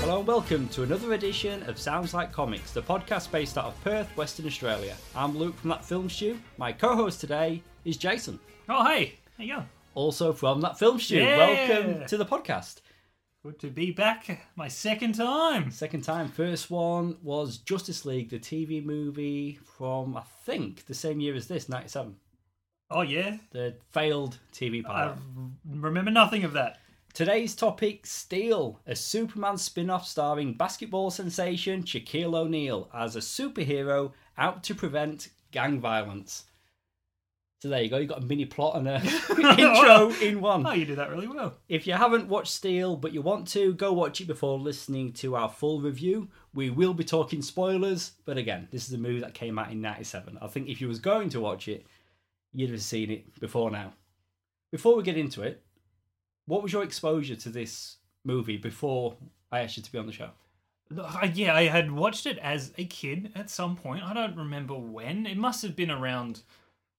Hello and welcome to another edition of Sounds Like Comics, the podcast based out of Perth, Western Australia. I'm Luke from That Film Shoe. My co host today is Jason, Oh, hey, there you go. also from That Film Shoe. Yeah. Welcome to the podcast. Good to be back. My second time. Second time. First one was Justice League, the TV movie from, I think, the same year as this, 97. Oh, yeah. The failed TV I pilot. r- remember nothing of that. Today's topic Steel, a Superman spin off starring basketball sensation Shaquille O'Neal as a superhero out to prevent gang violence. So there you go, you've got a mini plot and a intro in Oh, one. you do that really well. If you haven't watched Steel but you want to, go watch it before listening to our full review. We will be talking spoilers, but again, this is a movie that came out in 97. I think if you was going to watch it, you'd have seen it before now. Before we get into it, what was your exposure to this movie before I asked you to be on the show? Look, I- Yeah, I had watched it as a kid at some point. I don't remember when. It must have been around.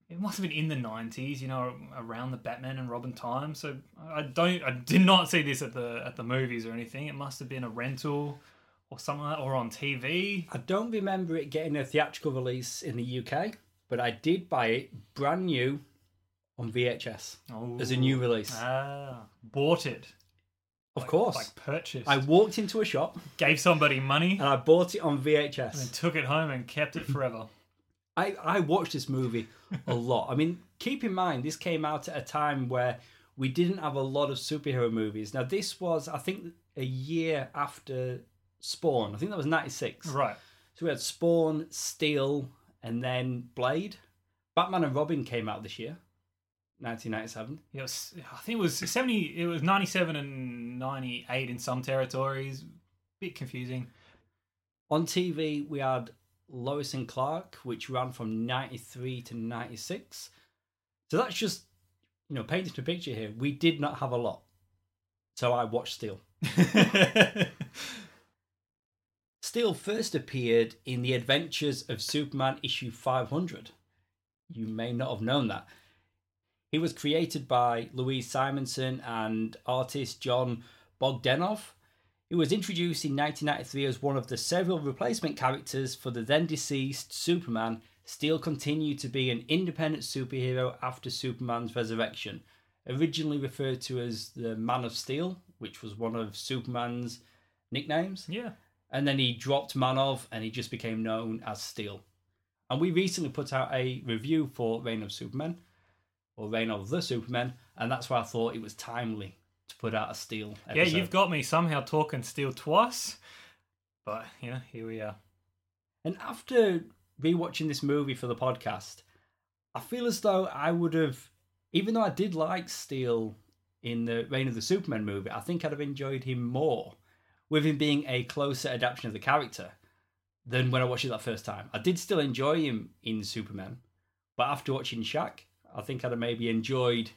It must have been in the nineties, you know, around the Batman and Robin time. So I don't, I did not see this at the at the movies or anything. It must have been a rental or something, like that, or on TV. I don't remember it getting a theatrical release in the UK, but I did buy it brand new on VHS Oh, as a new release. ah, bought it, of course. like purchased. I walked into a shop gave somebody money and I bought it on and VHS. took it home and kept it forever. I, I watched this movie a lot. I mean, keep in mind, this came out at a time where we didn't have a lot of superhero movies. Now, this was, I think, a year after Spawn. I think that was 96. right. So we had Spawn, Steel, and then Blade. Batman and Robin came out this year, 1997. It was, I think it was 70, it was 97 and 98 in some territories. Bit confusing. On TV, we had Lois and Clark, which ran from 93 to 96. So that's just, you know, painting a picture here. We did not have a lot. So I watched Steel. Steel first appeared in The Adventures of Superman issue 500. You may not have known that. He was created by Louise Simonson and artist John Bogdanov. He was introduced in 1993 as one of the several replacement characters for the then deceased Superman. Steel continued to be an independent superhero after Superman's resurrection. Originally referred to as the Man of Steel, which was one of Superman's nicknames yeah. and then he dropped Manov and he just became known as Steel. And we recently put out a review for Reign of Superman or Reign of the Superman, and that's why I thought it was timely to put out a Steel Yeah, episode. you've got me somehow talking steel twice. But, you know, here we are. And after rewatching this movie for the podcast, I feel as though I would have, even though I did like Steel in the Reign of the Superman movie, I think I'd have enjoyed him more with him being a closer adaptation of the character than when I watched it that first time. I did still enjoy him in Superman, but after watching Shaq, I think I'd have maybe enjoyed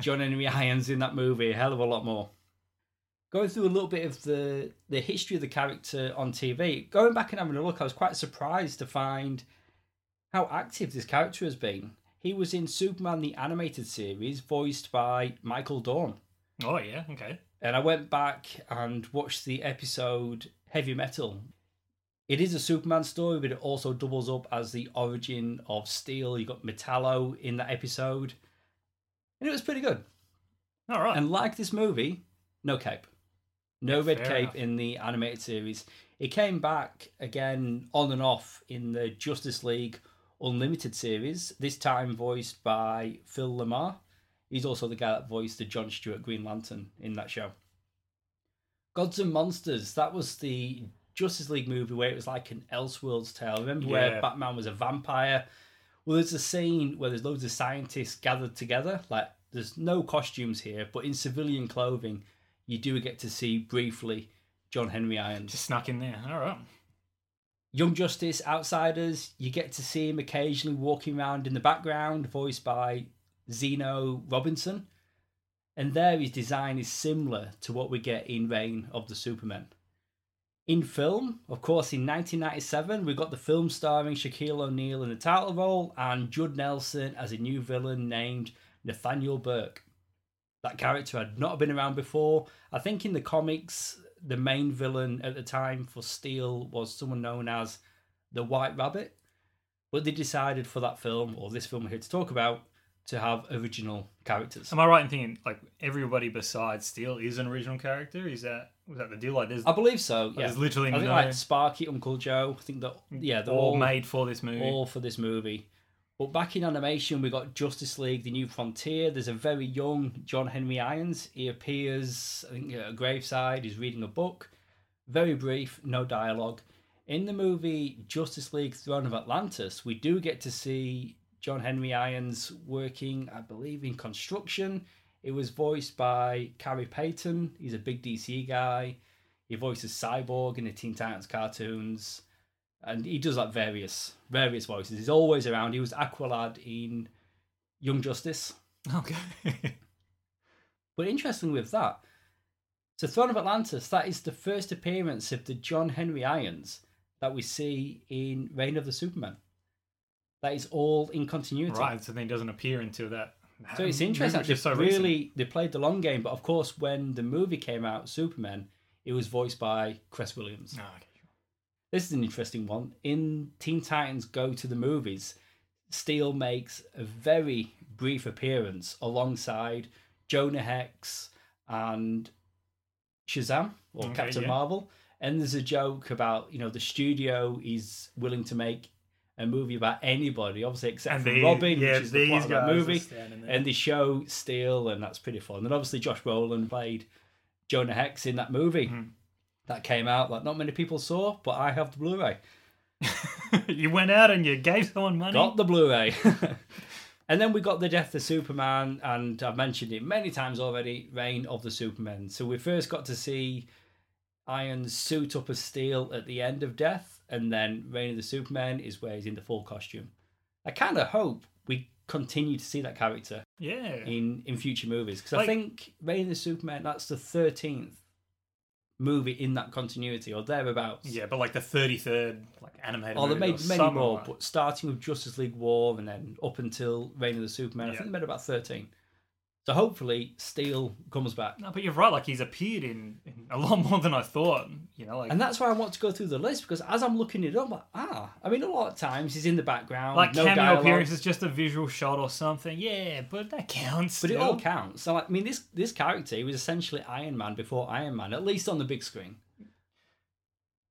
John Henry Irons in that movie a hell of a lot more going through a little bit of the the history of the character on TV, going back and having a look, I was quite surprised to find how active this character has been. He was in Superman the animated series, voiced by Michael Dawn. Oh, yeah, okay. And I went back and watched the episode Heavy Metal. It is a Superman story, but it also doubles up as the origin of Steel. You got Metallo in that episode. And it was pretty good. All right. And like this movie, no cape. No red fair cape enough. in the animated series. It came back again on and off in the Justice League Unlimited series, this time voiced by Phil Lamar. He's also the guy that voiced the John Stewart Green Lantern in that show. Gods and Monsters, that was the Justice League movie where it was like an Elseworlds tale. Remember where Yeah. Batman was a vampire? Well, there's a scene where there's loads of scientists gathered together. Like, there's no costumes here, but in civilian clothing, you do get to see briefly John Henry Irons. Just snuck in there. All right. Young Justice, Outsiders, you get to see him occasionally walking around in the background, voiced by Zeno Robinson. And there, his design is similar to what we get in Reign of the Superman. In film, of course, in 1997, we got the film starring Shaquille O'Neal in the title role and Judd Nelson as a new villain named Nathaniel Burke. That character had not been around before. I think in the comics, the main villain at the time for Steel was someone known as the White Rabbit, but they decided for that film or this film we're here to talk about to have original characters. Am I right in thinking like everybody besides Steel is an original character? Is that was that the deal? Like there's I believe so. Uh, Yeah, there's literally I think no- like Sparky, Uncle Joe. I think that yeah, they're all all made for this movie. all for this movie. But back in animation, we got Justice League: The New Frontier. There's a very young John Henry Irons. He appears, I think, at a graveside. He's reading a book. Very brief, no dialogue. In the movie Justice League: Throne of Atlantis, we do get to see John Henry Irons working, I believe, in construction. It was voiced by Carrie Payton. He's a big DC guy. He voices Cyborg in the Teen Titans cartoons and he does like various various voices. He's always around. He was Aqualad in Young Justice. Okay. But interesting with that, so Throne of Atlantis, that is the first appearance of the John Henry Irons that we see in Reign of the Superman. That is all in continuity. right, so then he doesn't appear until that. So it's that interesting. movie They was so recent. really, they played the long game, but of course, when the movie came out, Superman, it was voiced by Chris Williams. Oh, okay. This is an interesting one. In Teen Titans Go to the Movies, Steele makes a very brief appearance alongside Jonah Hex and Shazam or Okay, Captain yeah. Marvel. And there's a joke about, you know, the studio is willing to make a movie about anybody, obviously, except And for they- Robin, yeah, which is the plot these of that guys are movie. standing there. And they show Steele, and that's pretty fun. And obviously, Josh Brolin played Jonah Hex in that movie that came out that not many people saw, but I have the Blu-ray. you went out and you gave someone money. Got the Blu-ray. and then we got the death of Superman, and I've mentioned it many times already, Reign of the Superman. So we first got to see Iron suit up as steel at the end of Death, and then Reign of the Superman is where he's in the full costume. I kind of hope we continue to see that character yeah. in in future movies because I Like- think Reign of the Superman that's the thirteenth movie in that continuity or thereabouts. Yeah, but like the 33rd like animated Oh, they movie or made many something more, like- but starting with Justice League War and then up until Reign of the Superman, I Yeah. think they made about 13. So hopefully, Steel comes back. No, but you're right. Like he's appeared in, in a lot more than I thought. You know, like And that's why I want to go through the list because as I'm looking it up, I'm like, ah, I mean, a lot of times he's in the background, like no cameo dialogue, appearance is just a visual shot or something. Yeah, but that counts. but it still. all counts. So, like, I mean, this this character he was essentially Iron Man before Iron Man, at least on the big screen.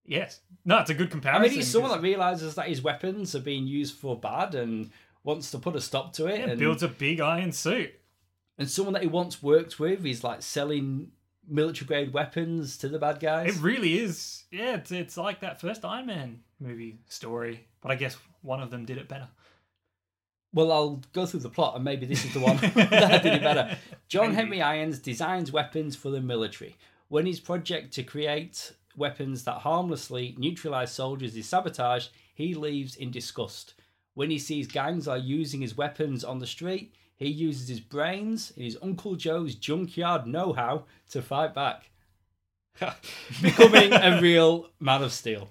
Yes. No, it's a good I comparison. mean, he's someone 'cause that realizes that his weapons are being used for bad and wants to put a stop to it. it and, builds a big iron suit. and someone that he once worked with is like selling military grade weapons to the bad guys. It really is. Yeah, it's, it's like that first Iron Man movie story. But I guess one of them did it better. Well, I'll go through the plot, and maybe this is the one that did it better. John Henry Irons designs weapons for the military. When his project to create weapons that harmlessly neutralize soldiers is sabotaged, he leaves in disgust. When he sees gangs are using his weapons on the street, he uses his brains and his Uncle Joe's junkyard know how to fight back, becoming a real man of steel.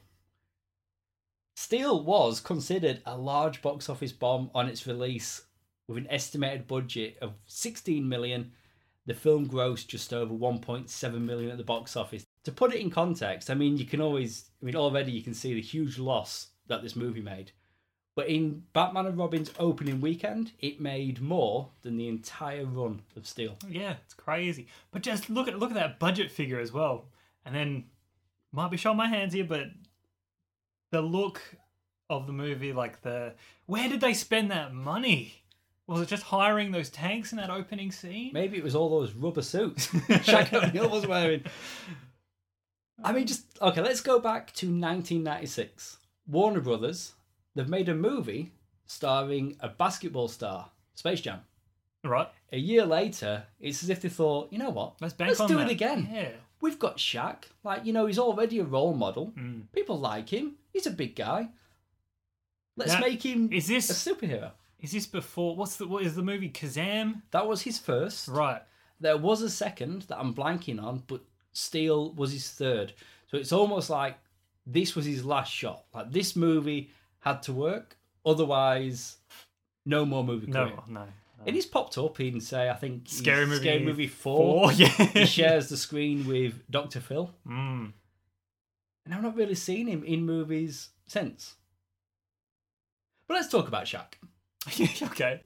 Steel was considered a large box office bomb on its release with an estimated budget of 16 million. The film grossed just over 1.7 million at the box office. To put it in context, I mean, you can always, I mean, already you can see the huge loss that this movie made. But in Batman and Robin's opening weekend, it made more than the entire run of Steel. Yeah, it's crazy. But just look at look at that budget figure as well. And then might be showing my hands here, but the look of the movie, like the where did they spend that money? Was it just hiring those tanks in that opening scene? Maybe it was all those rubber suits Shaq O'Neal was wearing. I mean, just okay. Let's go back to 1996. Warner Brothers. They've made a movie starring a basketball star, Space Jam. Right. A year later, it's as if they thought, you know what? Let's bank let's on do that. it again. Yeah. We've got Shaq. Like you know, he's already a role model. Mm. People like him. He's a big guy. Let's Now, make him Is a this superhero. is this before what's the what is the movie Kazam? That was his first. Right. There was a second that I'm blanking on, but Steel was his third. So it's almost like this was his last shot. Like this movie had to work, otherwise, no more movie No, career. no, no. It is popped up in, say, I think Scary in Movie Scary Movie Four. Four, yeah. he shares the screen with Doctor Phil, Mm. and I've not really seen him in movies since. But let's talk about Shaq. okay.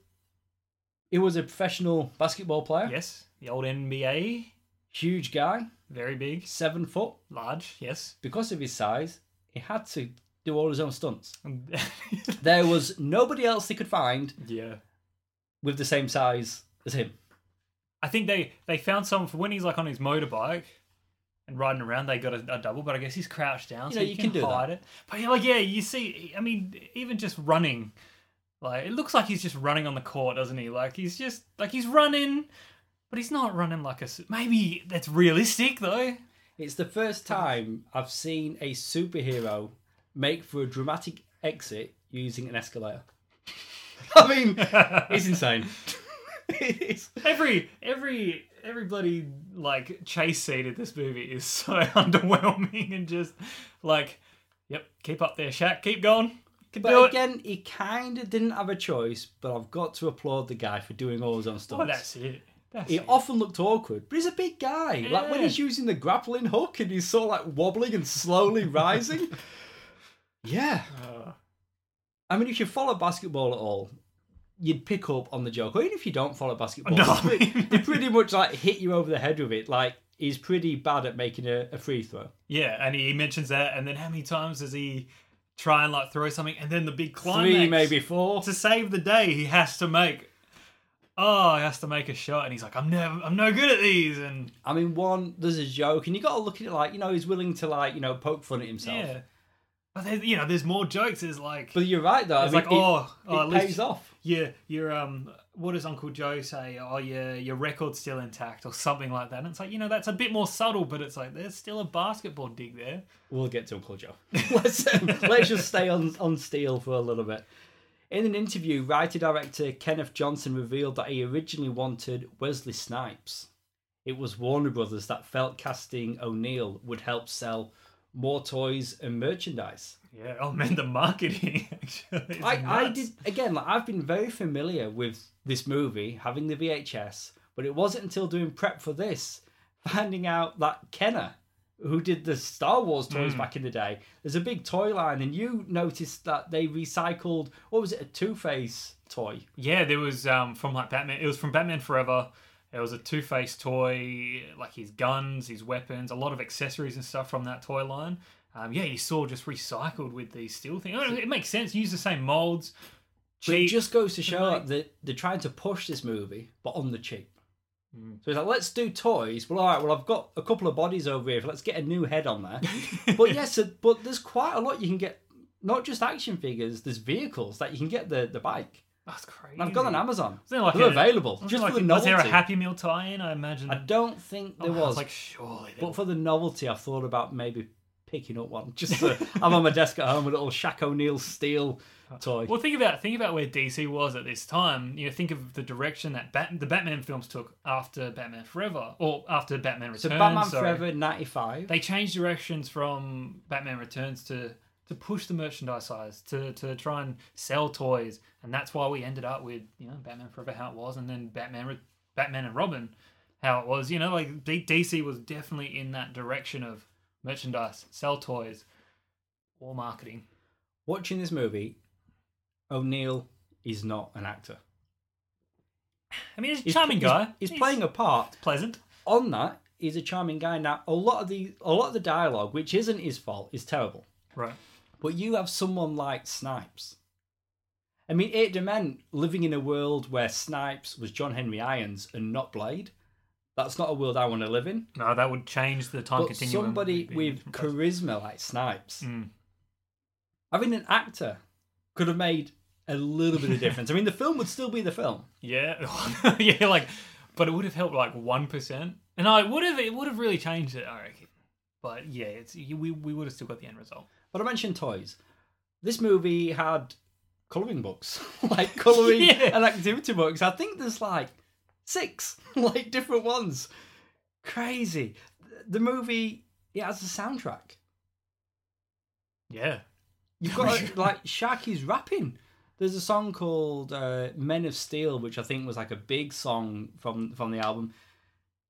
He was a professional basketball player, Yes, the old NBA, huge guy, very big, seven foot. large. Yes. Because of his size, he had to do all his own stunts. And- There was nobody else he could find yeah. with the same size as him. I think they they found someone for when he's like on his motorbike and riding around. They got a, a double, but I guess he's crouched down, You so know, you you can, can do hide it. But yeah, like yeah, you see, I mean, even just running, like it looks like he's just running on the court, doesn't he? Like he's just like he's running, but he's not running like a. s- Maybe that's realistic though. It's the first time I've seen a superhero make for a dramatic exit using an escalator. I mean, it's insane. it's, Every every every bloody like chase scene in this movie is so underwhelming and just like, yep, keep up there, Shaq, keep going, can do but it. again, he kind of didn't have a choice, but I've got to applaud the guy for doing all his own stunts. Oh, that's it. That's He it. often looked awkward, but he's a big guy. Like when Yeah. he's using the grappling hook and he's sort of like wobbling and slowly rising. Yeah. Uh, I mean, if you follow basketball at all, you'd pick up on the joke. Or even if you don't follow basketball, No. they pre- they pretty much like hit you over the head with it. Like he's pretty bad at making a, a free throw. yeah, and he mentions that, and then how many times does he try and like throw something, and then the big climax Three, maybe four. to save the day, he has to make. Oh, he has to make a shot, and he's like, "I'm never, I'm no good at these," and I mean, one. There's a joke, and you got to look at it like you know he's willing to like you know poke fun at himself. yeah. But there's, you know, there's more jokes. There's like, But you're right though. it's I mean, like, it- oh, it, oh, at pays least off. yeah, your um, what does Uncle Joe say? Oh, yeah, your record's still intact, or something like that. And it's like, you know, that's a bit more subtle, but it's like there's still a basketball dig there. We'll get to Uncle Joe. let's, um, let's just stay on, on steel for a little bit. In an interview, writer director Kenneth Johnson revealed that he originally wanted Wesley Snipes. It was Warner Brothers that felt casting O'Neill would help sell more toys and merchandise. Yeah. Oh man, the marketing actually. is I, I nuts. did again. Like, I've been very familiar with this movie, having the VHS, but it wasn't until doing prep for this, finding out that Kenner, who did the Star Wars Hmm. toys back in the day, there's a big toy line, and you noticed that they recycled what was it, a Two Face toy? Yeah, there was um from like Batman. It was from Batman Forever. It was a Two Face toy, like his guns, his weapons, a lot of accessories and stuff from that toy line. Um, yeah, you saw just recycled with these steel things. Oh, It makes sense. Use the same molds. But it Cheap. just goes to show Right. that they're trying to push this movie, but on the cheap. Hmm. So it's like, let's do toys. Well, all right. Well, I've got a couple of bodies over here. Let's get a new head on there. but yes, it- but there's quite a lot you can get. Not just action figures. There's vehicles that you can get the the bike. That's crazy. And I've got on Amazon. Isn't it like They're a- available Wasn't just like, for the was novelty. there a Happy Meal tie-in? I imagine I don't think there Oh, I was, like, surely. There but for the novelty, I thought about maybe picking up one. Just to, I'm on my desk at home, a little Shaq O'Neal steel toy. Well, think about think about where DC was at this time. You know, think of the direction that Bat- the Batman films took after Batman Forever or after Batman Returns. so Batman sorry. Forever '95. They changed directions from Batman Returns to to push the merchandise size to to try and sell toys, and that's why we ended up with you know Batman Forever how it was, and then Batman Re- Batman and Robin how it was. You know, like D- DC was definitely in that direction of merchandise, sell toys, or marketing. watching this movie, O'Neill is not an actor. I mean, he's a He's- charming he's- guy. He's, playing a part. pleasant. On that, he's a charming guy. Now, a lot of the a lot of the dialogue, which isn't his fault, is terrible. Right. But you have someone like Snipes. I mean, Eight Men living in a world where Snipes was John Henry Irons and not Blade. That's not a world I want to live in. No, that would change the time But continuum. somebody It'd be with different places. charisma like Snipes, Mm. having an actor could have made a little bit of difference. I mean, the film would still be the film. Yeah, yeah, like, but it would have helped like one percent, and I would have it would have really changed it, I reckon. But yeah, it's you- we we would have still got the end result. But I mentioned toys. This movie had colouring books, like colouring Yeah. and activity books. I think there's like six, like different ones. Crazy. The movie it has a soundtrack. Yeah, You've got like Shaq is rapping. There's a song called uh, "Men of Steel," which I think was like a big song from from the album.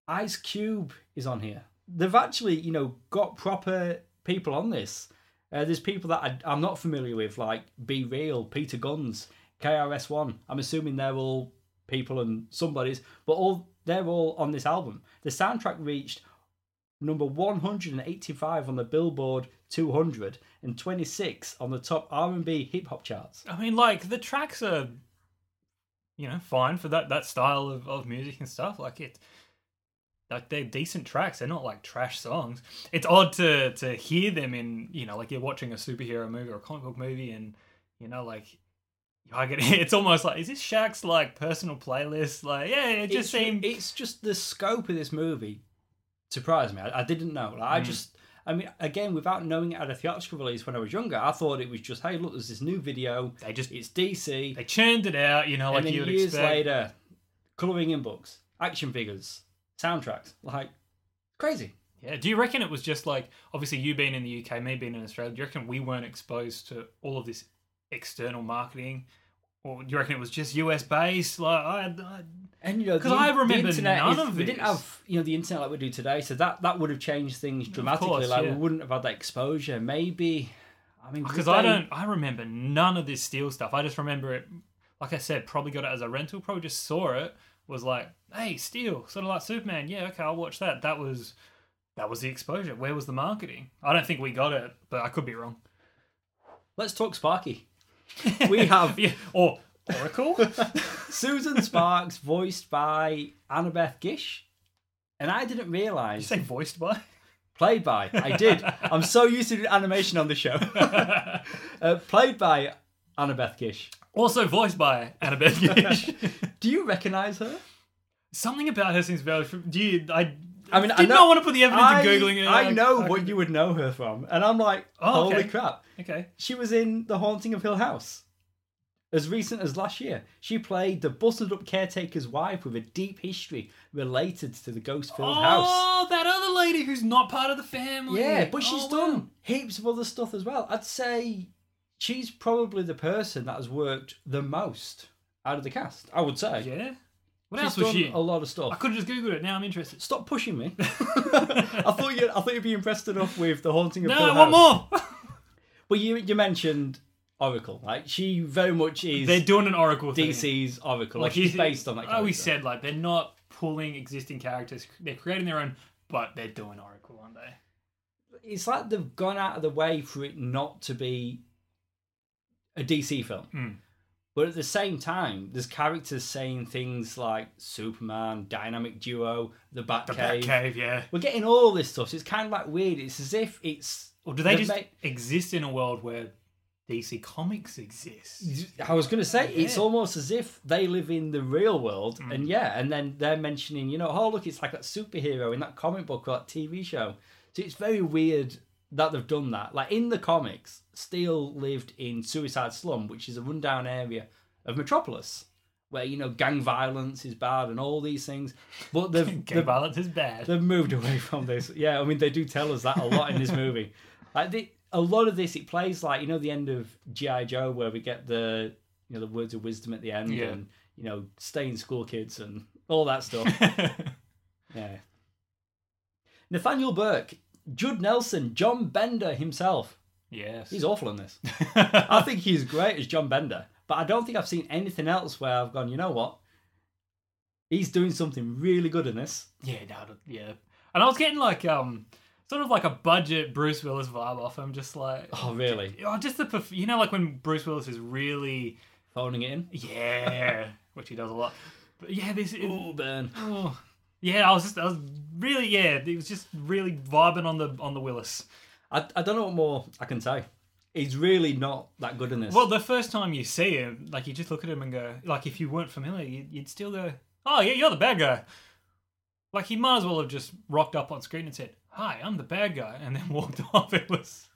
Ice Cube is on here. They've actually, you know, got proper people on this. Uh, there's people that I, I'm not familiar with, like Be Real, Peter Guns, KRS-One. I'm assuming they're all people and somebody's, but all they're all on this album. The soundtrack reached number 185 on the Billboard 200 and 26 on the top R&B hip hop charts. I mean, like the tracks are, you know, fine for that that style of, of music and stuff. Like it, like they're decent tracks. They're not like trash songs. It's odd to to hear them in, you know, like you're watching a superhero movie or a comic book movie, and you know, like. I get it's almost like is this Shaq's like personal playlist? Like, yeah, it just it's, seemed it's just the scope of this movie surprised me. I, I didn't know. Like, I Mm. just, I mean, again, without knowing it had a theatrical release when I was younger, I thought it was just, hey, look, there's this new video. they just It's DC. they churned it out, you know, like and then you would years expect. later, colouring in books, action figures, soundtracks. Like, crazy. Yeah. Do you reckon it was just like obviously you being in the UK, me being in Australia? Do you reckon we weren't exposed to all of this external marketing, or do you reckon it was just US based? Like, I, I And you know, 'Cause the in- I the remember internet none is- of we didn't this. have you know the internet like we do today, so that that would have changed things dramatically. course, like yeah. we wouldn't have had that exposure. Maybe, I mean, because would I they- don't, I remember none of this steel stuff. I just remember it, like I said, probably got it as a rental, probably just saw it, was like, hey, steel, sort of like Superman. Yeah, okay, I'll watch that. That was. That was the exposure. Where was the marketing? I don't think we got it, but I could be wrong. Let's talk Sparky. we have Yeah, or Oracle. Susan Sparks voiced by Annabeth Gish, and I didn't you realise say voiced by? played by. I did. I'm so used to animation on the show. uh, played by Annabeth Gish. Also voiced by Annabeth Gish. Do you recognise her? Something about her seems very. fam- Do you? I. I mean, did I know- not want to put the effort I, into googling it. I like- know what you would know her from, and I'm like, Oh, holy okay. crap. Okay. She was in The Haunting of Hill House. As recent as last year, she played the busted up caretaker's wife with a deep history related to the ghost filled house. Oh, that other lady who's not part of the family. Yeah, but she's Oh, done wow. heaps of other stuff as well. I'd say she's probably the person that has worked the most out of the cast, I would say. Yeah. What She's else was done she? a lot of I stuff. could have just googled it. Now I'm interested. Stop pushing me. I thought you I thought you'd be impressed enough with the haunting of No, Hill I House. want more. Well, you you mentioned Oracle. Like she very much is They're doing an Oracle thing. DC's Oracle. Like Oh, she's you- based on that. I always character. said like they're not pulling existing characters. They're creating their own, but they're doing Oracle, aren't they? it's like they've gone out of the way for it not to be a DC film. Hmm. But at the same time, there's characters saying things like Superman, Dynamic Duo, the Batcave. The Batcave, yeah. We're getting all this stuff. So it's kind of like weird. It's as if it's. Or do they they've just made- exist in a world where DC Comics exists? I was going to say it's Yeah. almost as if they live in the real world, and yeah, and then they're mentioning, you know, oh look, it's like that superhero in that comic book or that TV show. So it's very weird that they've done that. Like in the comics, Steel lived in Suicide Slum, which is a rundown area of Metropolis, where you know gang violence is bad and all these things. But they've Gay they've, violence is bad. they've moved away from this. Yeah, I mean they do tell us that a lot in this movie. Like the, a lot of this, it plays like you know the end of GI Joe where we get the you know the words of wisdom at the end Yeah. and you know stay in school kids and all that stuff. yeah. Nathaniel Burke, Judd Nelson, John Bender himself. yes. He's awful in this. I think he's great as John Bender, but I don't think I've seen anything else where I've gone. You know what? He's doing something really good in this. yeah, no, I don't- yeah. And I was getting like um sort of like a budget Bruce Willis vibe off him, just like Oh, really? oh, just the perf- you know like when Bruce Willis is really Phoning it in. yeah, which he does a lot. But yeah, this it, Ooh, burn. oh. yeah, I was just I was really yeah, it was just really vibing on the on the Willis. I, I don't know what more I can say. He's really not that good in this. Well, the first time you see him, like you just look at him and go, like if you weren't familiar, you'd, you'd still go, "Oh yeah, you're the bad guy." Like he might as well have just rocked up on screen and said, "Hi, I'm the bad guy," and then walked off. It was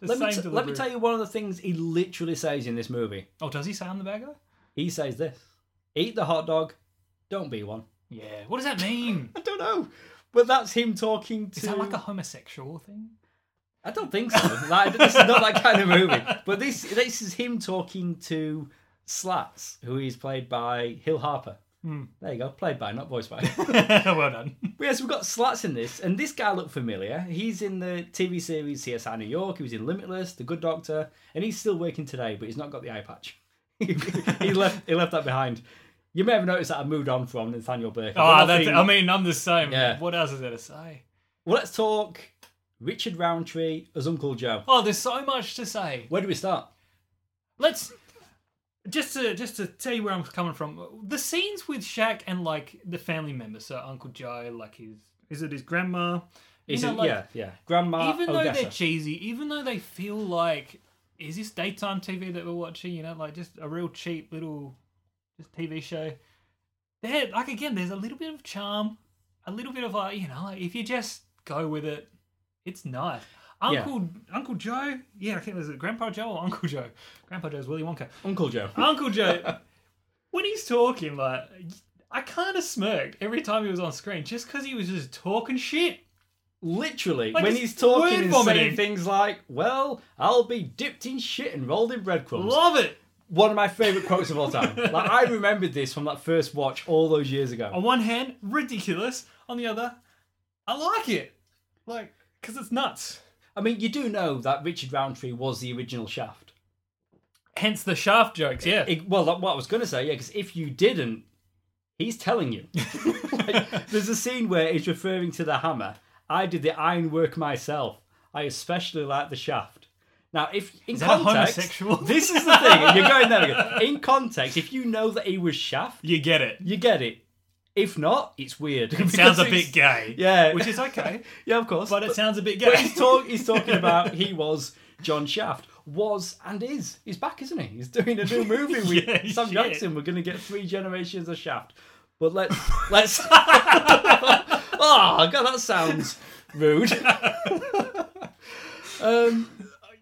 the let, same me t- delivery. let me tell you one of the things he literally says in this movie. Oh, does he say I'm the bad guy? He says this Eat the hot dog, don't be one. Yeah. What does that mean? I don't know. But that's him talking to. Is that like a homosexual thing? I don't think so. Like, this is not that kind of movie. But this this is him talking to Slats, who is played by Hill Harper. Hmm. There you go, played by, not voiced by. well done. But yes, we've got Slats in this, and this guy looked familiar. He's in the TV series CSI New York. He was in Limitless, The Good Doctor, and he's still working today, but he's not got the eye patch. he left. He left that behind. You may have noticed that I moved on from Nathaniel Burke. Oh, I've that's, nothing- I mean, I'm the same. Yeah. What else is there to say? well, let's talk Richard Roundtree as Uncle Joe. Oh, there's so much to say. Where do we start? Let's just to just to tell you where I'm coming from. The scenes with Shaq and like the family members, so Uncle Joe, like his is it his grandma? You Is know, it, like, yeah, yeah. Grandma Even though Uh, Odessa. they're cheesy, even though they feel like is this daytime TV that we're watching? You know, like just a real cheap little just TV show. There, like again, there's a little bit of charm, a little bit of like you know, like if you just go with it, it's nice. Yeah. Uncle Uncle Joe, yeah, I think it was uh, Grandpa Joe or Uncle Joe. Grandpa Joe's Willy Wonka. Uncle Joe. Uncle Joe, when he's talking, like, I kind of smirked every time he was on screen just because he was just talking shit. Literally, Like, when it's he's talking word and vomiting. saying things like, "Well, I'll be dipped in shit and rolled in breadcrumbs." Love it. One of my favourite quotes of all time. Like I remembered this from that first watch all those years ago. On one hand, ridiculous. On the other, I like it. Like, because it's nuts. I mean, you do know that Richard Roundtree was the original Shaft. Hence the shaft jokes, yeah. It- well, that, what I was going to say, yeah, because if you didn't, he's telling you. Like, there's a scene where he's referring to the hammer. I did the iron work myself. I especially like the shaft. Now, if in that a context, homosexual? this is the thing. You're going there. again. In context, if you know that he was shaft, you get it. you get it. If not, it's weird. It Sounds a bit gay. Yeah, Which is okay. yeah, of course. But it sounds a bit But gay. he's, talk, he's talking about he was John Shaft. Was and is. He's back, isn't he? He's doing a new movie with Yeah, Sam shit. Jackson. We're going to get three generations of Shaft. But let's. let's oh, God, that sounds rude. um,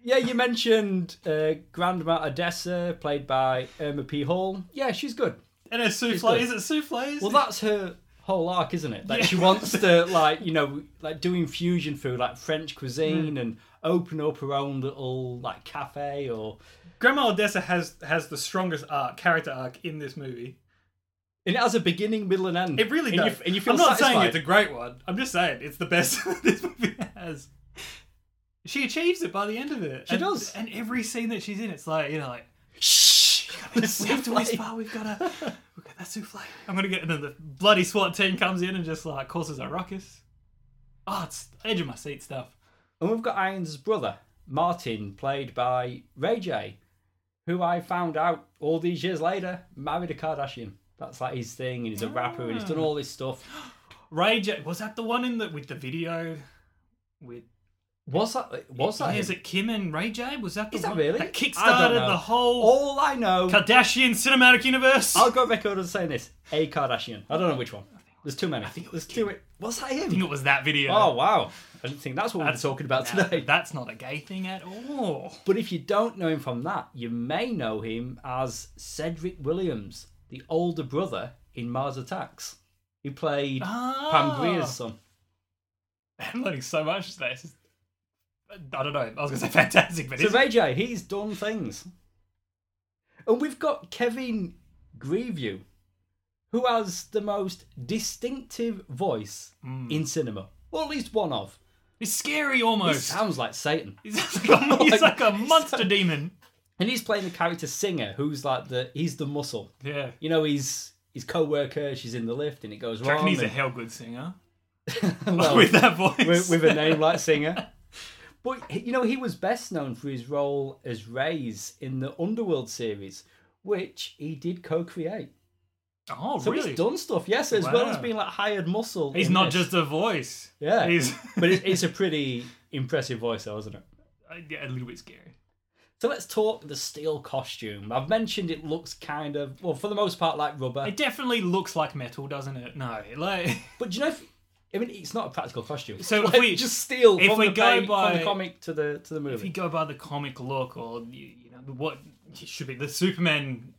yeah, you mentioned uh, Grandma Odessa, played by Irma P. Hall. Yeah, she's good. And a souffle. good. Is it souffles? Well, that's her whole arc, isn't it? That she wants to, like, you know, like doing fusion food, like French Hmm. cuisine, and open up her own little like cafe or. Grandma Odessa has has the strongest arc, character arc in this movie. And it has a beginning, middle, and end. It really and does. You, and you feel I'm not satisfied. saying it's a great one. I'm just saying it's the best this movie has. She achieves it by the end of it. She and, does. And every scene that she's in, it's like you know, like Shh. we have to whisper. We've got to. We've got that souffle. I'm gonna get. And then the bloody SWAT team comes in and just like causes a ruckus. Oh, it's edge of my seat stuff. And we've got Iron's brother, Martin, played by Ray J, who I found out all these years later married a Kardashian. That's like his thing, and he's a rapper, and he's Ah. done all this stuff. Ray J was that the one in the with the video with Was that? Was that? yeah, him? is it Kim and Ray J? Was that the Is that one really? that I don't know. kickstarted the whole All I know. Kardashian cinematic universe? I'll go record on saying this. A Kardashian. I don't know which one. There's too many. I think it There's was too many. Was that I think him? it was that video. Oh wow! I didn't think that's what That's- we're talking about Nah, today. That's not a gay thing at all. But if you don't know him from that, you may know him as Cedric Williams, the older brother in Mars Attacks. He played Ah. Pam Greer's son. I'm learning so much today. It's just- I don't know. I was gonna say fantastic, but So it's, Ray J, he's done things. And we've got Kevin Grievew, who has the most distinctive voice Hmm. in cinema, or at least one of. it's scary He almost. sounds like Satan. He's like a, he's like a monster demon. And he's playing the character Singer, who's like the he's the muscle. Yeah. You know, he's his co-worker. She's in the lift, and it goes Do you reckon wrong. he's a and- hell good singer well, with with, that voice. with, a name like Singer. But you know, he was best known for his role as Ray's in the Underworld series, which he did co-create. oh, So really? he's done stuff, yes, as well Wow. as being like hired muscle. He's in not this. just a voice. yeah, He's but it, it's a pretty impressive voice, though, isn't it? yeah, a little bit scary. So let's talk the steel costume. I've mentioned it looks kind of, well, for the most part, like rubber. It definitely looks like metal, doesn't it? No, like But do you know, if, I mean, it's not a practical costume. So if Like, we- just steal if from, we the go pa- by- from the comic to the to the if you movie. go by the comic look or you, you know what should be the Superman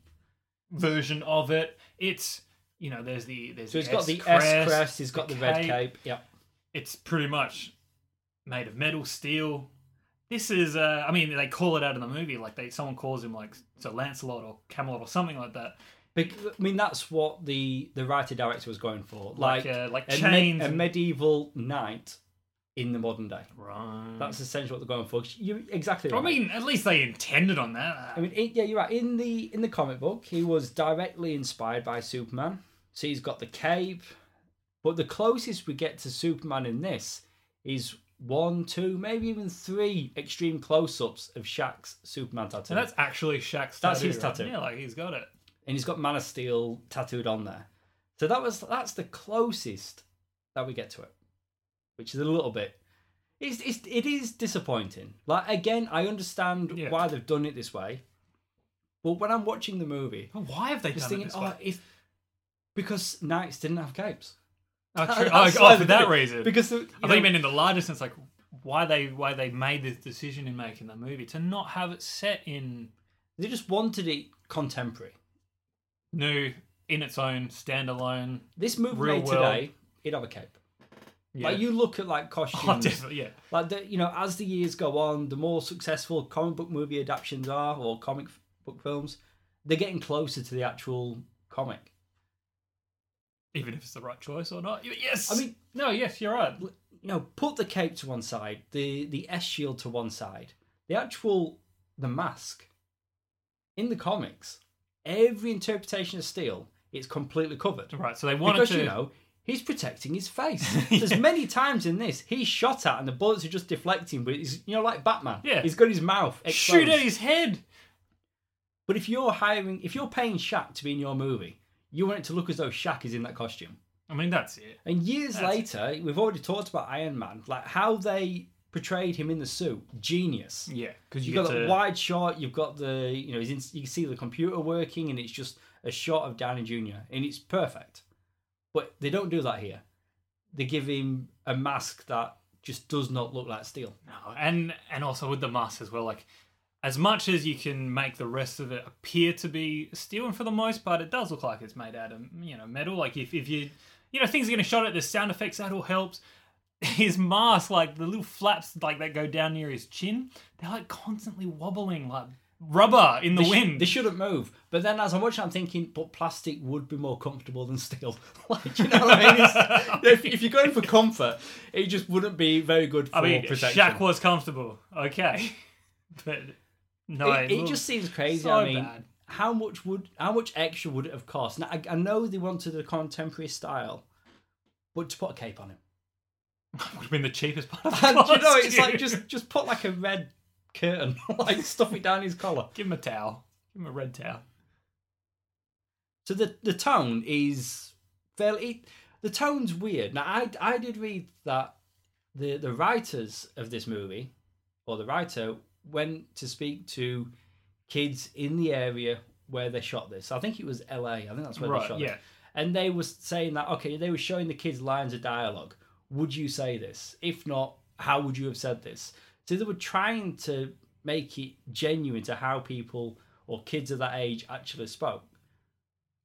version of it, it's you know there's the there's So the he's got the S-crest, S crest. He's got the, red cape. Yeah, It's pretty much made of metal, steel. This is, uh, I mean, they call it out in the movie. Like they, someone calls him like Sir Lancelot or Camelot or something like that. Bec- I mean, that's what the the writer director was going for, Like like, uh, like a, me- chains. a and- medieval knight in the modern day. right. That's essentially what they're going for. You exactly. I Right. mean, at least they intended on that. I mean, it, yeah, you're right. In the in the comic book, he was directly inspired by Superman. So he's got the cape, but the closest we get to Superman in this is one, two, maybe even three extreme close-ups of Shaq's Superman tattoo, so that's actually Shaq's That's tattoo. his right? tattoo. Yeah, like he's got it. and he's got Man of Steel tattooed on there. So that was that's the closest that we get to it, which is a little bit. It's, it's it is disappointing. Like again, I understand Yeah. why they've done it this way, but when I'm watching the movie. But why have they done just it thinking, this oh, way? if because knights didn't have capes. Oh, true. Oh, That's oh, why for they that did it. reason. Because the, I you think know- meant in the larger sense, like why they why they made this decision in making the movie to not have it set in they just wanted it contemporary. new, in its own standalone. This movie Real made world. today, it'd have a cape. Yeah. Like you look at like oh, costumes, definitely, yeah. like the, you know, as the years go on, the more successful comic book movie adaptations are or comic f- book films, they're getting closer to the actual comic. Even if it's the right choice or not. Y- Yes. I mean- no. Yes, you're right. you know, put the cape to one side, the the S shield to one side, the actual the mask. In the comics, every interpretation of Steel is completely covered Right. So they wanted because to. you know he's protecting his face. There's many times in this he's shot at and the bullets are just deflecting, but he's you know like Batman. Yeah. he's got his mouth Shoot exposed. at his head. But if you're hiring, if you're paying Shaq to be in your movie, you want it to look as though Shaq is in that costume. I mean, that's it. And years That's- later, we've already talked about Iron Man, like how they portrayed him in the suit. Genius. Yeah, uh, because You've you, got get that to. wide shot. You've got the you know he's in, you can see the computer working, and it's just a shot of Downey Jr. and it's perfect. But they don't do that here. They give him a mask that just does not look like steel. No, and and also with the mask as well. Like, as much as you can make the rest of it appear to be steel, and for the most part, it does look like it's made out of you know metal. Like if if you you know things are getting shot at, the sound effects that all helps. His mask, like the little flaps, like that go down near his chin, they're like constantly wobbling like rubber in the They sh- wind. they shouldn't move. But then as I'm watching, I'm thinking, but plastic would be more comfortable than steel. like, you know what I mean? It's- if, if you're going for comfort, it just wouldn't be very good for I mean, protection. Shaq was comfortable, okay, but no, it, it looked just seems crazy. so I mean, bad. how much would how much extra would it have cost? Now I, I know they wanted a contemporary style, but to put a cape on him, would have been the cheapest part. Of the and, you know, it's costume. like just just put like a red curtain, like stuff it down his collar. give him a towel, give him a red towel. So the the tone is fairly it, the tone's weird. Now I I did read that the the writers of this movie or the writer went to speak to kids in the area where they shot this. I think it was LA. I think that's where they Right, shot yeah. it. And they was saying that okay, they were showing the kids lines of dialogue. Would you say this? If not, how would you have said this? So they were trying to make it genuine to how people or kids of that age actually spoke.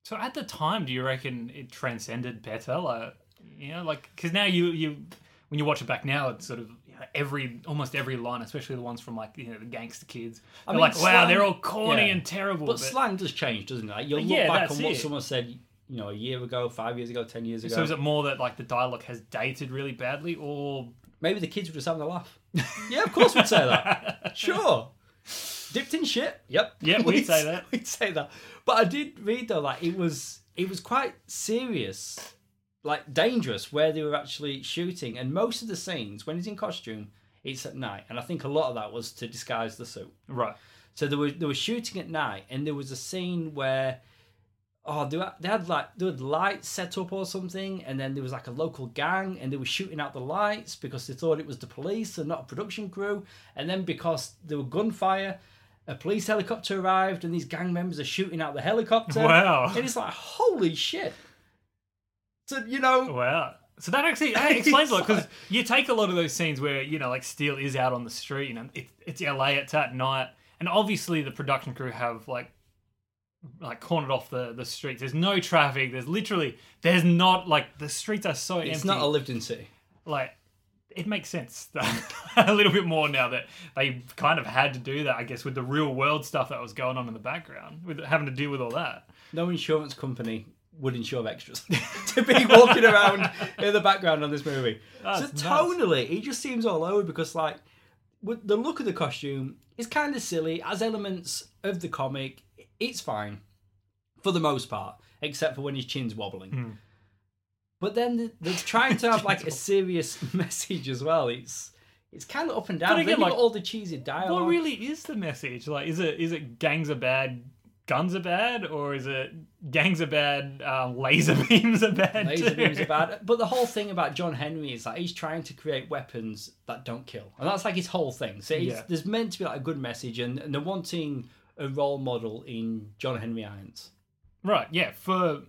So at the time, do you reckon it transcended better? Like, you know, like because now you you when you watch it back now, it's sort of you know, every almost every line, especially the ones from like you know the gangster kids. They're mean, like, wow, slang- they're all corny yeah. and terrible. But, but- slang does change, doesn't it? Like, you'll look Yeah, back that's on what it. someone said, you know, a year ago, five years ago, ten years ago. so is it more that like the dialogue has dated really badly, or Maybe the kids were just having a laugh. yeah, of course we'd say that. Sure. Dipped in shit. Yep. Yeah, we'd say that. We'd say that. But I did read though, like it was it was quite serious, like dangerous, where they were actually shooting. And most of the scenes, when he's in costume, it's at night. And I think a lot of that was to disguise the suit. right? So they were they were shooting at night, and there was a scene where oh they, were, they had like they had lights set up or something, and then there was like a local gang, and they were shooting out the lights because they thought it was the police and not a production crew, and then because there were gunfire. A police helicopter arrived, and these gang members are shooting out the helicopter. Wow. And it's like, holy shit! So you know, Wow. So that actually that explains a lot because you take a lot of those scenes where you know like Steel is out on the street and it, it's LA, it's at night, and obviously the production crew have like like cornered off the the streets. There's no traffic. There's literally there's not like the streets are so it's Oh, empty. not a lived-in city. like it makes sense a little bit more now that they kind of had to do that, I guess, with the real world stuff that was going on in the background, with having to deal with all that. No insurance company would insure extras to be walking around in the background on this movie. so That's nuts. tonally, he just seems all over because, like, with the look of the costume is kind of silly as elements of the comic. It's fine for the most part, except for when his chin's wobbling. Hmm. But then they're trying to have like a serious message as well. It's it's kind of up and down. But again, Then you've got like, all the cheesy dialogue. What really is the message? Like, is it is it gangs are bad, guns are bad, or is it gangs are bad, uh, laser beams are bad? Laser too? beams are bad. But the whole thing about John Henry is like he's trying to create weapons that don't kill, and that's like his whole thing. So he's, Yeah. there's meant to be like a good message, and, and they're wanting a role model in John Henry Irons. Right, yeah, for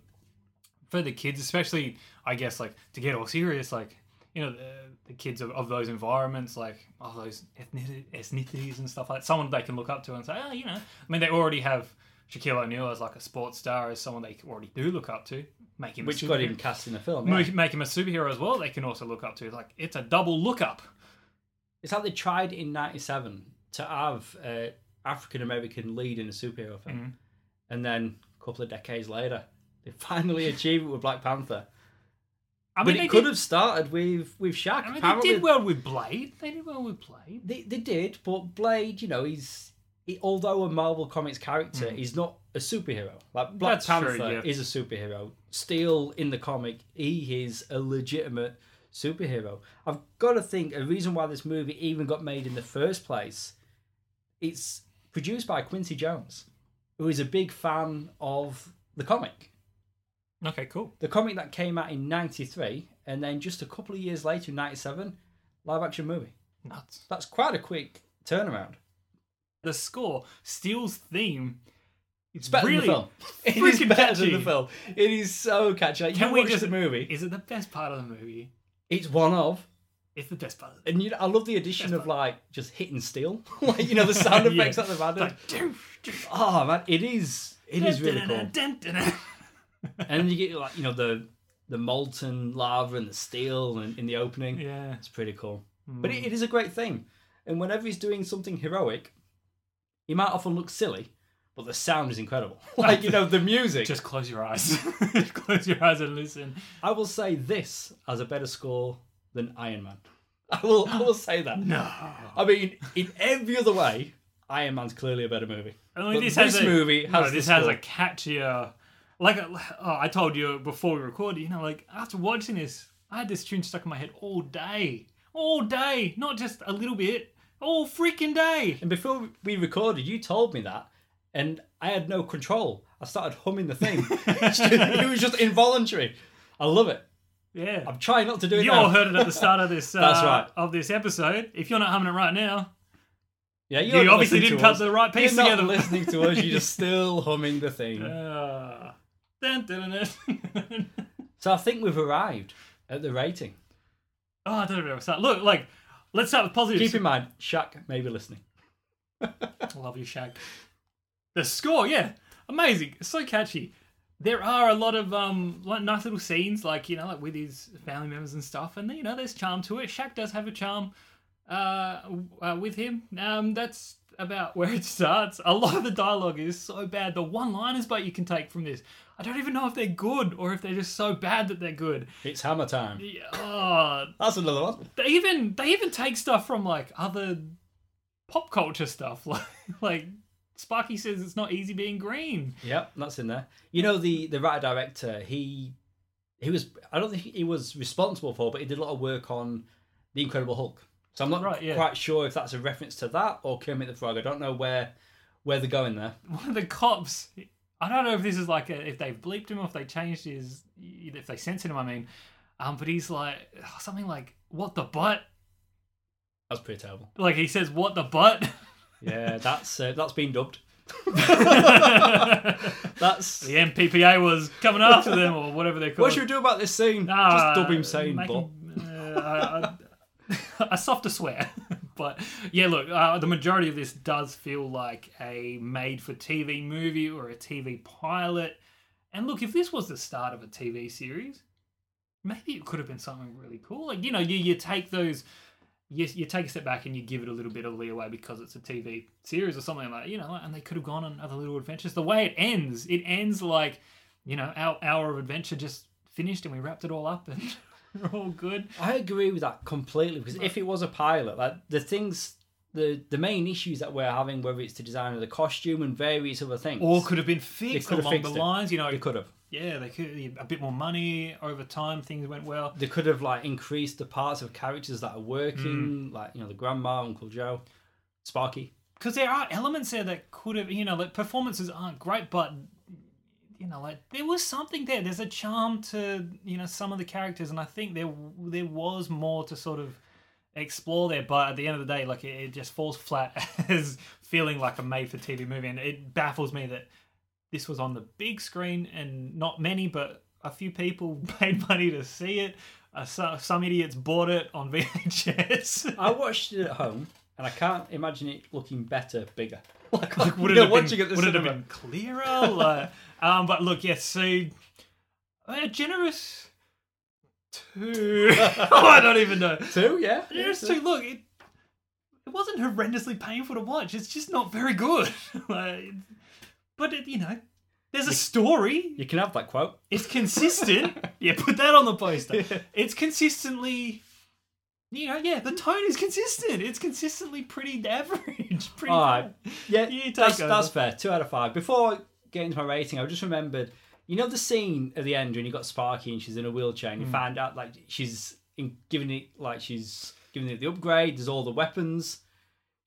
for the kids, especially, I guess, like to get all serious, like you know, the, the kids of, of those environments, like all those ethnic, ethnicities and stuff like that, someone they can look up to and say, oh, you know, I mean, they already have Shaquille O'Neal as like a sports star, as someone they already do look up to, make him a Which got superhero. him cast in the film. yeah. Make, make him a superhero as well. They can also look up to like it's a double look up. It's like they tried in '97 to have an African American lead in a superhero film, Mm-hmm. and then a couple of decades later, they finally achieve it with Black Panther. I But mean, they it could did, have started with with Shaq. I mean, Apparently- they did well with Blade. They did well with Blade. They, they did, but Blade, you know, he's he, although a Marvel Comics character, he's not a superhero. Like Black Hmm. That's Panther true, yeah. is a superhero. Steel in the comic, he is a legitimate superhero. I've got to think a reason why this movie even got made in the first place. It's produced by Quincy Jones, who is a big fan of the comic. Okay, cool. The comic that came out in '93, and then just a couple of years later, '97, live action movie. Nuts. That's quite a quick turnaround. the score, Steel's theme. It's It's better than really, the film. It is freaking better catchy. than the film. It is so catchy. Like, Can you we watch just- the movie? Is it the best part of the movie? It's one of, It's the best part of the and you know, I love the addition That's of like just hitting steel, like you know the sound Yeah. effects that they've added. Like, oh man, it is it is really cool. And then you get like you know the the molten lava and the steel and in the opening. yeah. Mm. It's pretty cool. But it, it is a great thing. And whenever he's doing something heroic, he might often look silly, but the sound is incredible. like you know the music. Just close your eyes. Just close your eyes and listen. I will say this as a better score than Iron Man. I will I will say that. No. I mean, in every other way, Iron Man's clearly a better movie. But this movie no, has this the has a score. catchier. Like oh, I told you before we recorded, you know, like after watching this, I had this tune stuck in my head all day, all day, not just a little bit, all freaking day. And before we recorded, you told me that, and I had no control. I started humming the thing. it was just involuntary. I love it. Yeah. I'm trying not to do it. You now. all heard it at the start of this. Uh, That's right. Of this episode. If you're not humming it right now, Yeah, you aren't obviously listening didn't to cut us. the right piece You're together. not listening to us. You're just still humming the thing. Uh, dun, dun, dun, dun. So I think we've arrived at the rating. oh, I don't know where to start. Look, like, let's start with positives. Keep in mind, Shaq may be listening. I love you, Shag. The score, yeah, amazing. It's so catchy. There are a lot of um like nice little scenes, like you know, like with his family members and stuff, and you know, there's charm to it. Shaq does have a charm uh, w- uh with him. Um, that's about where it starts. A lot of the dialogue is so bad. The one-liners, but you can take from this, I don't even know if they're good or if they're just so bad that they're good. It's hammer time. Yeah, oh, That's another one. they even they even take stuff from like other pop culture stuff like like sparky says it's not easy being green Yep, that's in there. You know the the writer director. He he was. I don't think he was responsible for, but he did a lot of work on the Incredible Hulk. So I'm not Right, yeah. quite sure if that's a reference to that or Kermit the Frog. I don't know where where they're going there. one of the cops i don't know if this is like a, if they've bleeped him or if they changed his if they censored him i mean um but he's like something like what the butt That's pretty terrible. like he says what the butt Yeah, that's uh, that's been dubbed. the That's mppa was coming after them or whatever they're called what should we do about this scene? Ah, Just dub him saying make "but." him, uh, I- I- a softer swear. but yeah, look, uh, the majority of this does feel like a made for TV movie or a TV pilot. And look, if this was the start of a TV series, maybe it could have been something really cool. Like you know, you you take those, you you take a step back and you give it a little bit of leeway because it's a TV series or something like you know. And they could have gone on other little adventures. The way it ends, it ends like you know our hour of adventure just finished and we wrapped it all up and we're all good. I agree with that completely because if it was a pilot, like the things, the the main issues that we're having, whether it's the design of the costume and various other things, Or could have been fixed could have along fixed the it. lines. You know, they could have. yeah, they could a bit more money over time. Things went well. They could have like increased the parts of characters that are working, like you know the grandma, Uncle Joe, Sparky. because there are elements there that could have you know like performances aren't great but you know like there was something there there's a charm to you know some of the characters and i think there there was more to sort of explore there but at the end of the day like it, it just falls flat as feeling like a made for tv movie and it baffles me that this was on the big screen and not many but a few people paid money to see it uh, so, some idiots bought it on vhs I watched it at home, and I can't imagine it looking better, bigger. Like, Like, would it, you know, have, been, watching it at the would it have cinema. been clearer? Like, um, but look, yes, so a generous two. I don't even know. Two, yeah. A generous two. Look, it, it wasn't horrendously painful to watch. It's just not very good. like, but it, you know, there's a story. You can have that quote. It's consistent. yeah, put that on the poster. It's consistently. You know, yeah, the tone is consistent. It's consistently pretty average. Pretty All right. good. Yeah, You take that's, over. that's fair. Two out of five. Before getting to my rating, I just remembered, you know, the scene at the end when you got Sparky and she's in a wheelchair, Hmm. and you find out like she's in, giving it like she's giving it the upgrade. There's all the weapons.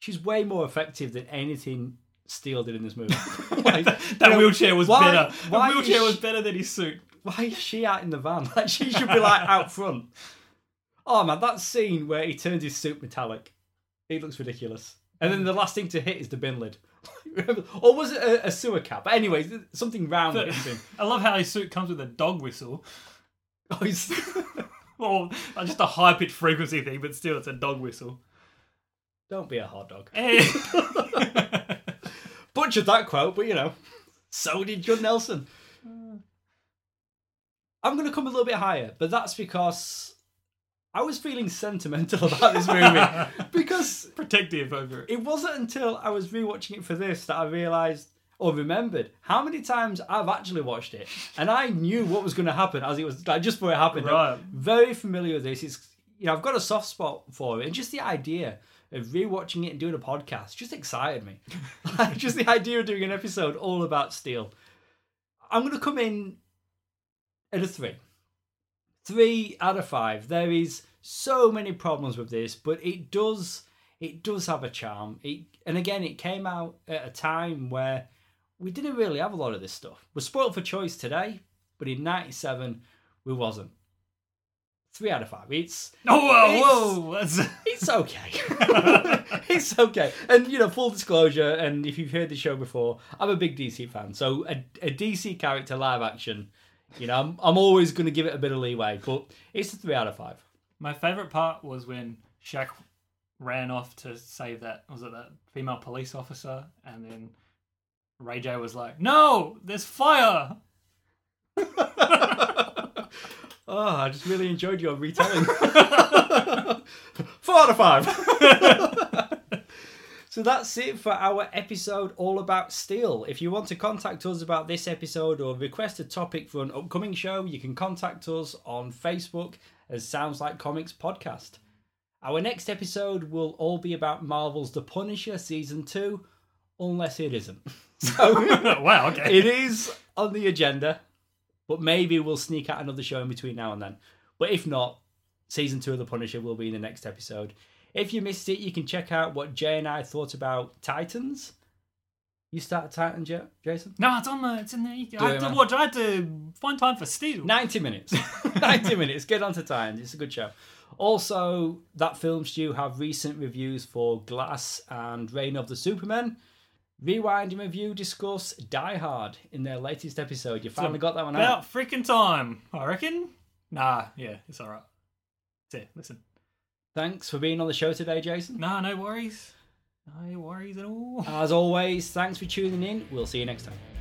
She's way more effective than anything Steele did in this movie. Like, That you know, wheelchair was why- better. why the is wheelchair was she- better than his suit. why is she out in the van? Like she should be like out front. Oh man, that scene where he turns his suit metallic, it looks ridiculous. And then the last thing to hit is the bin lid, or was it a, a sewer cap? But anyways, th- something round But- hits him. I love how his suit comes with a dog whistle. Oh, he's- Or uh, just a high pitched frequency thing, but still, it's a dog whistle. Don't be a hot dog. Eh. Butchered that quote, but you know, so did John Nelson. I'm going to come a little bit higher, but that's because I was feeling sentimental about this movie because Protective over it. it wasn't until I was rewatching it for this that I realised or remembered how many times I've actually watched it, and I knew what was going to happen as it was like just before it happened. Right. I'm very familiar with this. It's you know I've got a soft spot for it, and just the idea of rewatching it and doing a podcast just excited me. Like, just the idea of doing an episode all about steel. I'm going to come in at a three. Three out of five. There is so many problems with this, but it does it does have a charm. It and again, it came out at a time where we didn't really have a lot of this stuff. We're spoiled for choice today, but in '97 we wasn't. Three out of five. It's Oh, It's- whoa, whoa. That's, it's okay. it's okay. And you know, full disclosure. And if you've heard the show before, I'm a big DC fan. So a, a DC character live action, you know, I'm, I'm always going to give it a bit of leeway. But it's a three out of five. my favourite part was when Shaq ran off to save that, was it that female police officer? And then Ray J was like, No, there's fire. Oh, I just really enjoyed your retelling. Four out of five. so that's it for our episode all about steel. If you want to contact us about this episode or request a topic for an upcoming show, you can contact us on Facebook as Sounds Like Comics Podcast. Our next episode will all be about Marvel's The Punisher Season 2, unless it isn't. So wow, okay. it is on the agenda, but maybe we'll sneak out another show in between now and then. But if not, season two of The Punisher will be in the next episode. If you missed it, you can check out what Jay and I thought about Titans. You started Titans yet, Jason? No, it's on the. It's in the. Do I it, had to man. watch. I had to find time for Steel. 90 minutes. 90 minutes. Get on to Titans. It's a good show. Also, that film stew have recent reviews for Glass and Reign of the Superman. Rewind and review discuss Die Hard in their latest episode. You finally got that one out. About freaking time, I reckon. Nah, yeah, it's all right. There, listen. Thanks for being on the show today, Jason. Nah, no worries. No worries at all. As always, thanks for tuning in. We'll see you next time.